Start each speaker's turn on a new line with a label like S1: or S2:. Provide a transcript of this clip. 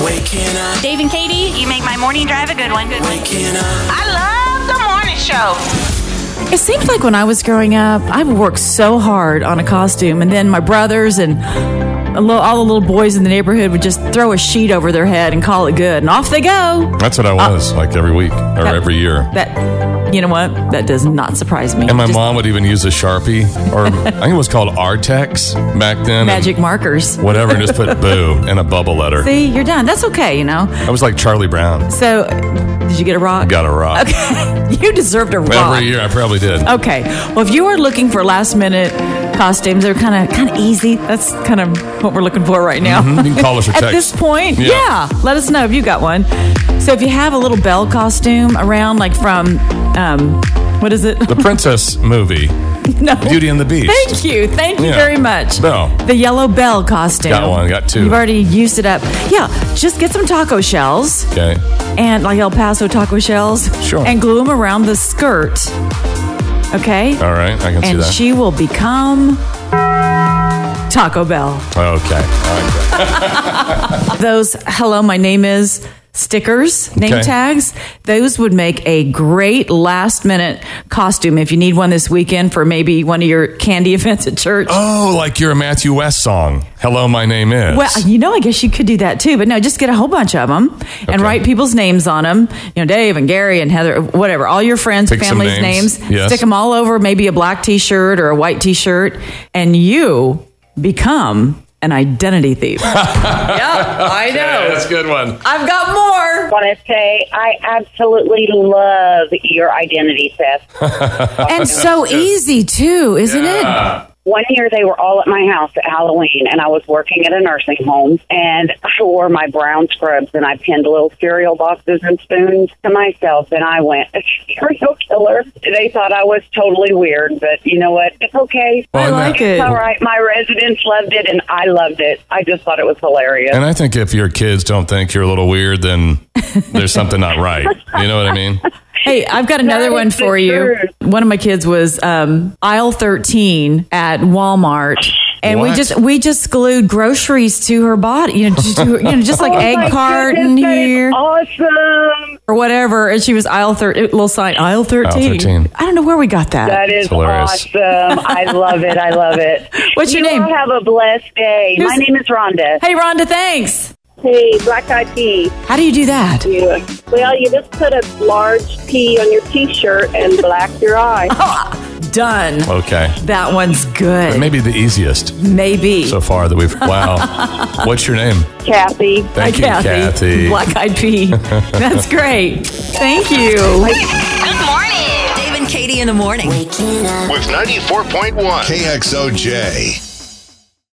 S1: Waking up,
S2: Dave and Katie.
S3: You make my morning drive a good one.
S1: waking up,
S3: I love the morning show.
S4: It seems like when I was growing up, I would work so hard on a costume, and then my brothers and a lo- all the little boys in the neighborhood would just throw a sheet over their head and call it good, and off they go.
S5: That's what I was like every week or every year.
S4: Ah. That, you know what? That does not surprise me.
S5: And my
S4: Just
S5: mom would even use a sharpie, or I think it was called Artex back then, and
S4: magic markers.
S5: whatever, and just put "boo" in a bubble letter.
S4: See, you're done. That's okay, you know.
S5: I was like Charlie Brown.
S4: So, did you get a rock?
S5: Got a rock
S4: you deserved a rock.
S5: every year. I probably did.
S4: Okay. Well, if you are looking for last minute costumes, they're kind of kind of easy. That's kind of what we're looking for right now.
S5: Mhm. You can call us or
S4: At
S5: text.
S4: this point,
S5: Yeah.
S4: yeah. Let us know if you got one. So if you have a little bell costume around, like from, um, what is it?
S5: The princess movie,
S4: no.
S5: Beauty and the Beast.
S4: Thank you. Thank you
S5: Yeah.
S4: very much.
S5: Bell.
S4: The yellow bell costume.
S5: Got one, got two.
S4: You've already used it up. Yeah. Just get some taco shells
S5: Okay,
S4: and like El Paso taco shells.
S5: Sure.
S4: And glue them around the skirt. Okay.
S5: all right, I can
S4: and
S5: see
S4: she will become Taco Bell.
S5: that. okay, all right, great.
S4: Those hello, my name is stickers, name
S5: Okay.
S4: tags. Those would make a great last minute costume if you need one this weekend for maybe one of your candy events at church.
S5: Oh, like you're a Matthew West song. Hello, my name is.
S4: Well, you know, I guess you could do that too, but no, just get a whole bunch of them and
S5: Okay.
S4: write people's names on them. You know, Dave and Gary and Heather, whatever, all your friends,
S5: Pick some
S4: family's
S5: names.
S4: names.
S5: Yes.
S4: Stick them all over, maybe a black t shirt or a white t shirt, and you become an identity thief. yep, I
S5: Yeah,
S4: know.
S5: that's a good one.
S4: I've got more.
S6: want to say I absolutely love your identity theft.
S7: And so easy too, isn't
S5: Uh,
S6: One year they were all at my house at Halloween, and I was working at a nursing home, and I wore my brown scrubs and I pinned little cereal boxes and spoons to myself, and I went a serial killer. They thought I was totally weird, but you know what? It's okay.
S5: Well, and
S4: like
S5: that-
S4: it.
S6: It's all right. My residents loved it, and I loved it. I just thought it was hilarious.
S5: And I think if your kids don't think you're a little weird, then there's something not right. You know what I mean?
S4: Hey, I've got another
S6: That
S4: one
S6: is the
S4: for you.
S6: truth.
S4: One of my kids was um, aisle 13 at Walmart. And we
S5: What?
S4: just we just glued groceries to her body, you know, just, to- you know, just like
S6: Oh my
S4: egg carton
S6: goodness, that is
S4: here
S6: Awesome.
S4: or whatever. And she was aisle thirteen, little sign aisle thirteen.
S5: 13.
S4: I don't know where we got that.
S6: That is
S5: hilarious.
S6: awesome. I love it. I love it.
S4: What's your
S6: You
S4: name?
S6: all have a blessed day. My
S4: Here's-
S6: name is Rhonda.
S4: hey, Rhonda, thanks.
S8: Hey, black eyed pea.
S4: How do you do that?
S8: You, well, you just put a large P on your t shirt and black your eye.
S4: Done.
S5: Okay.
S4: That one's
S5: But
S4: good.
S5: maybe the easiest
S4: Maybe.
S5: so far that we've. Wow. What's your name?
S8: Kathy.
S4: Hi,
S5: Thank you, Kathy.
S4: Black Eyed Pea. That's great. Thank you.
S3: Good morning.
S7: it? Dave and Katie in the morning.
S1: waking up.
S9: With 94.1 KXOJ.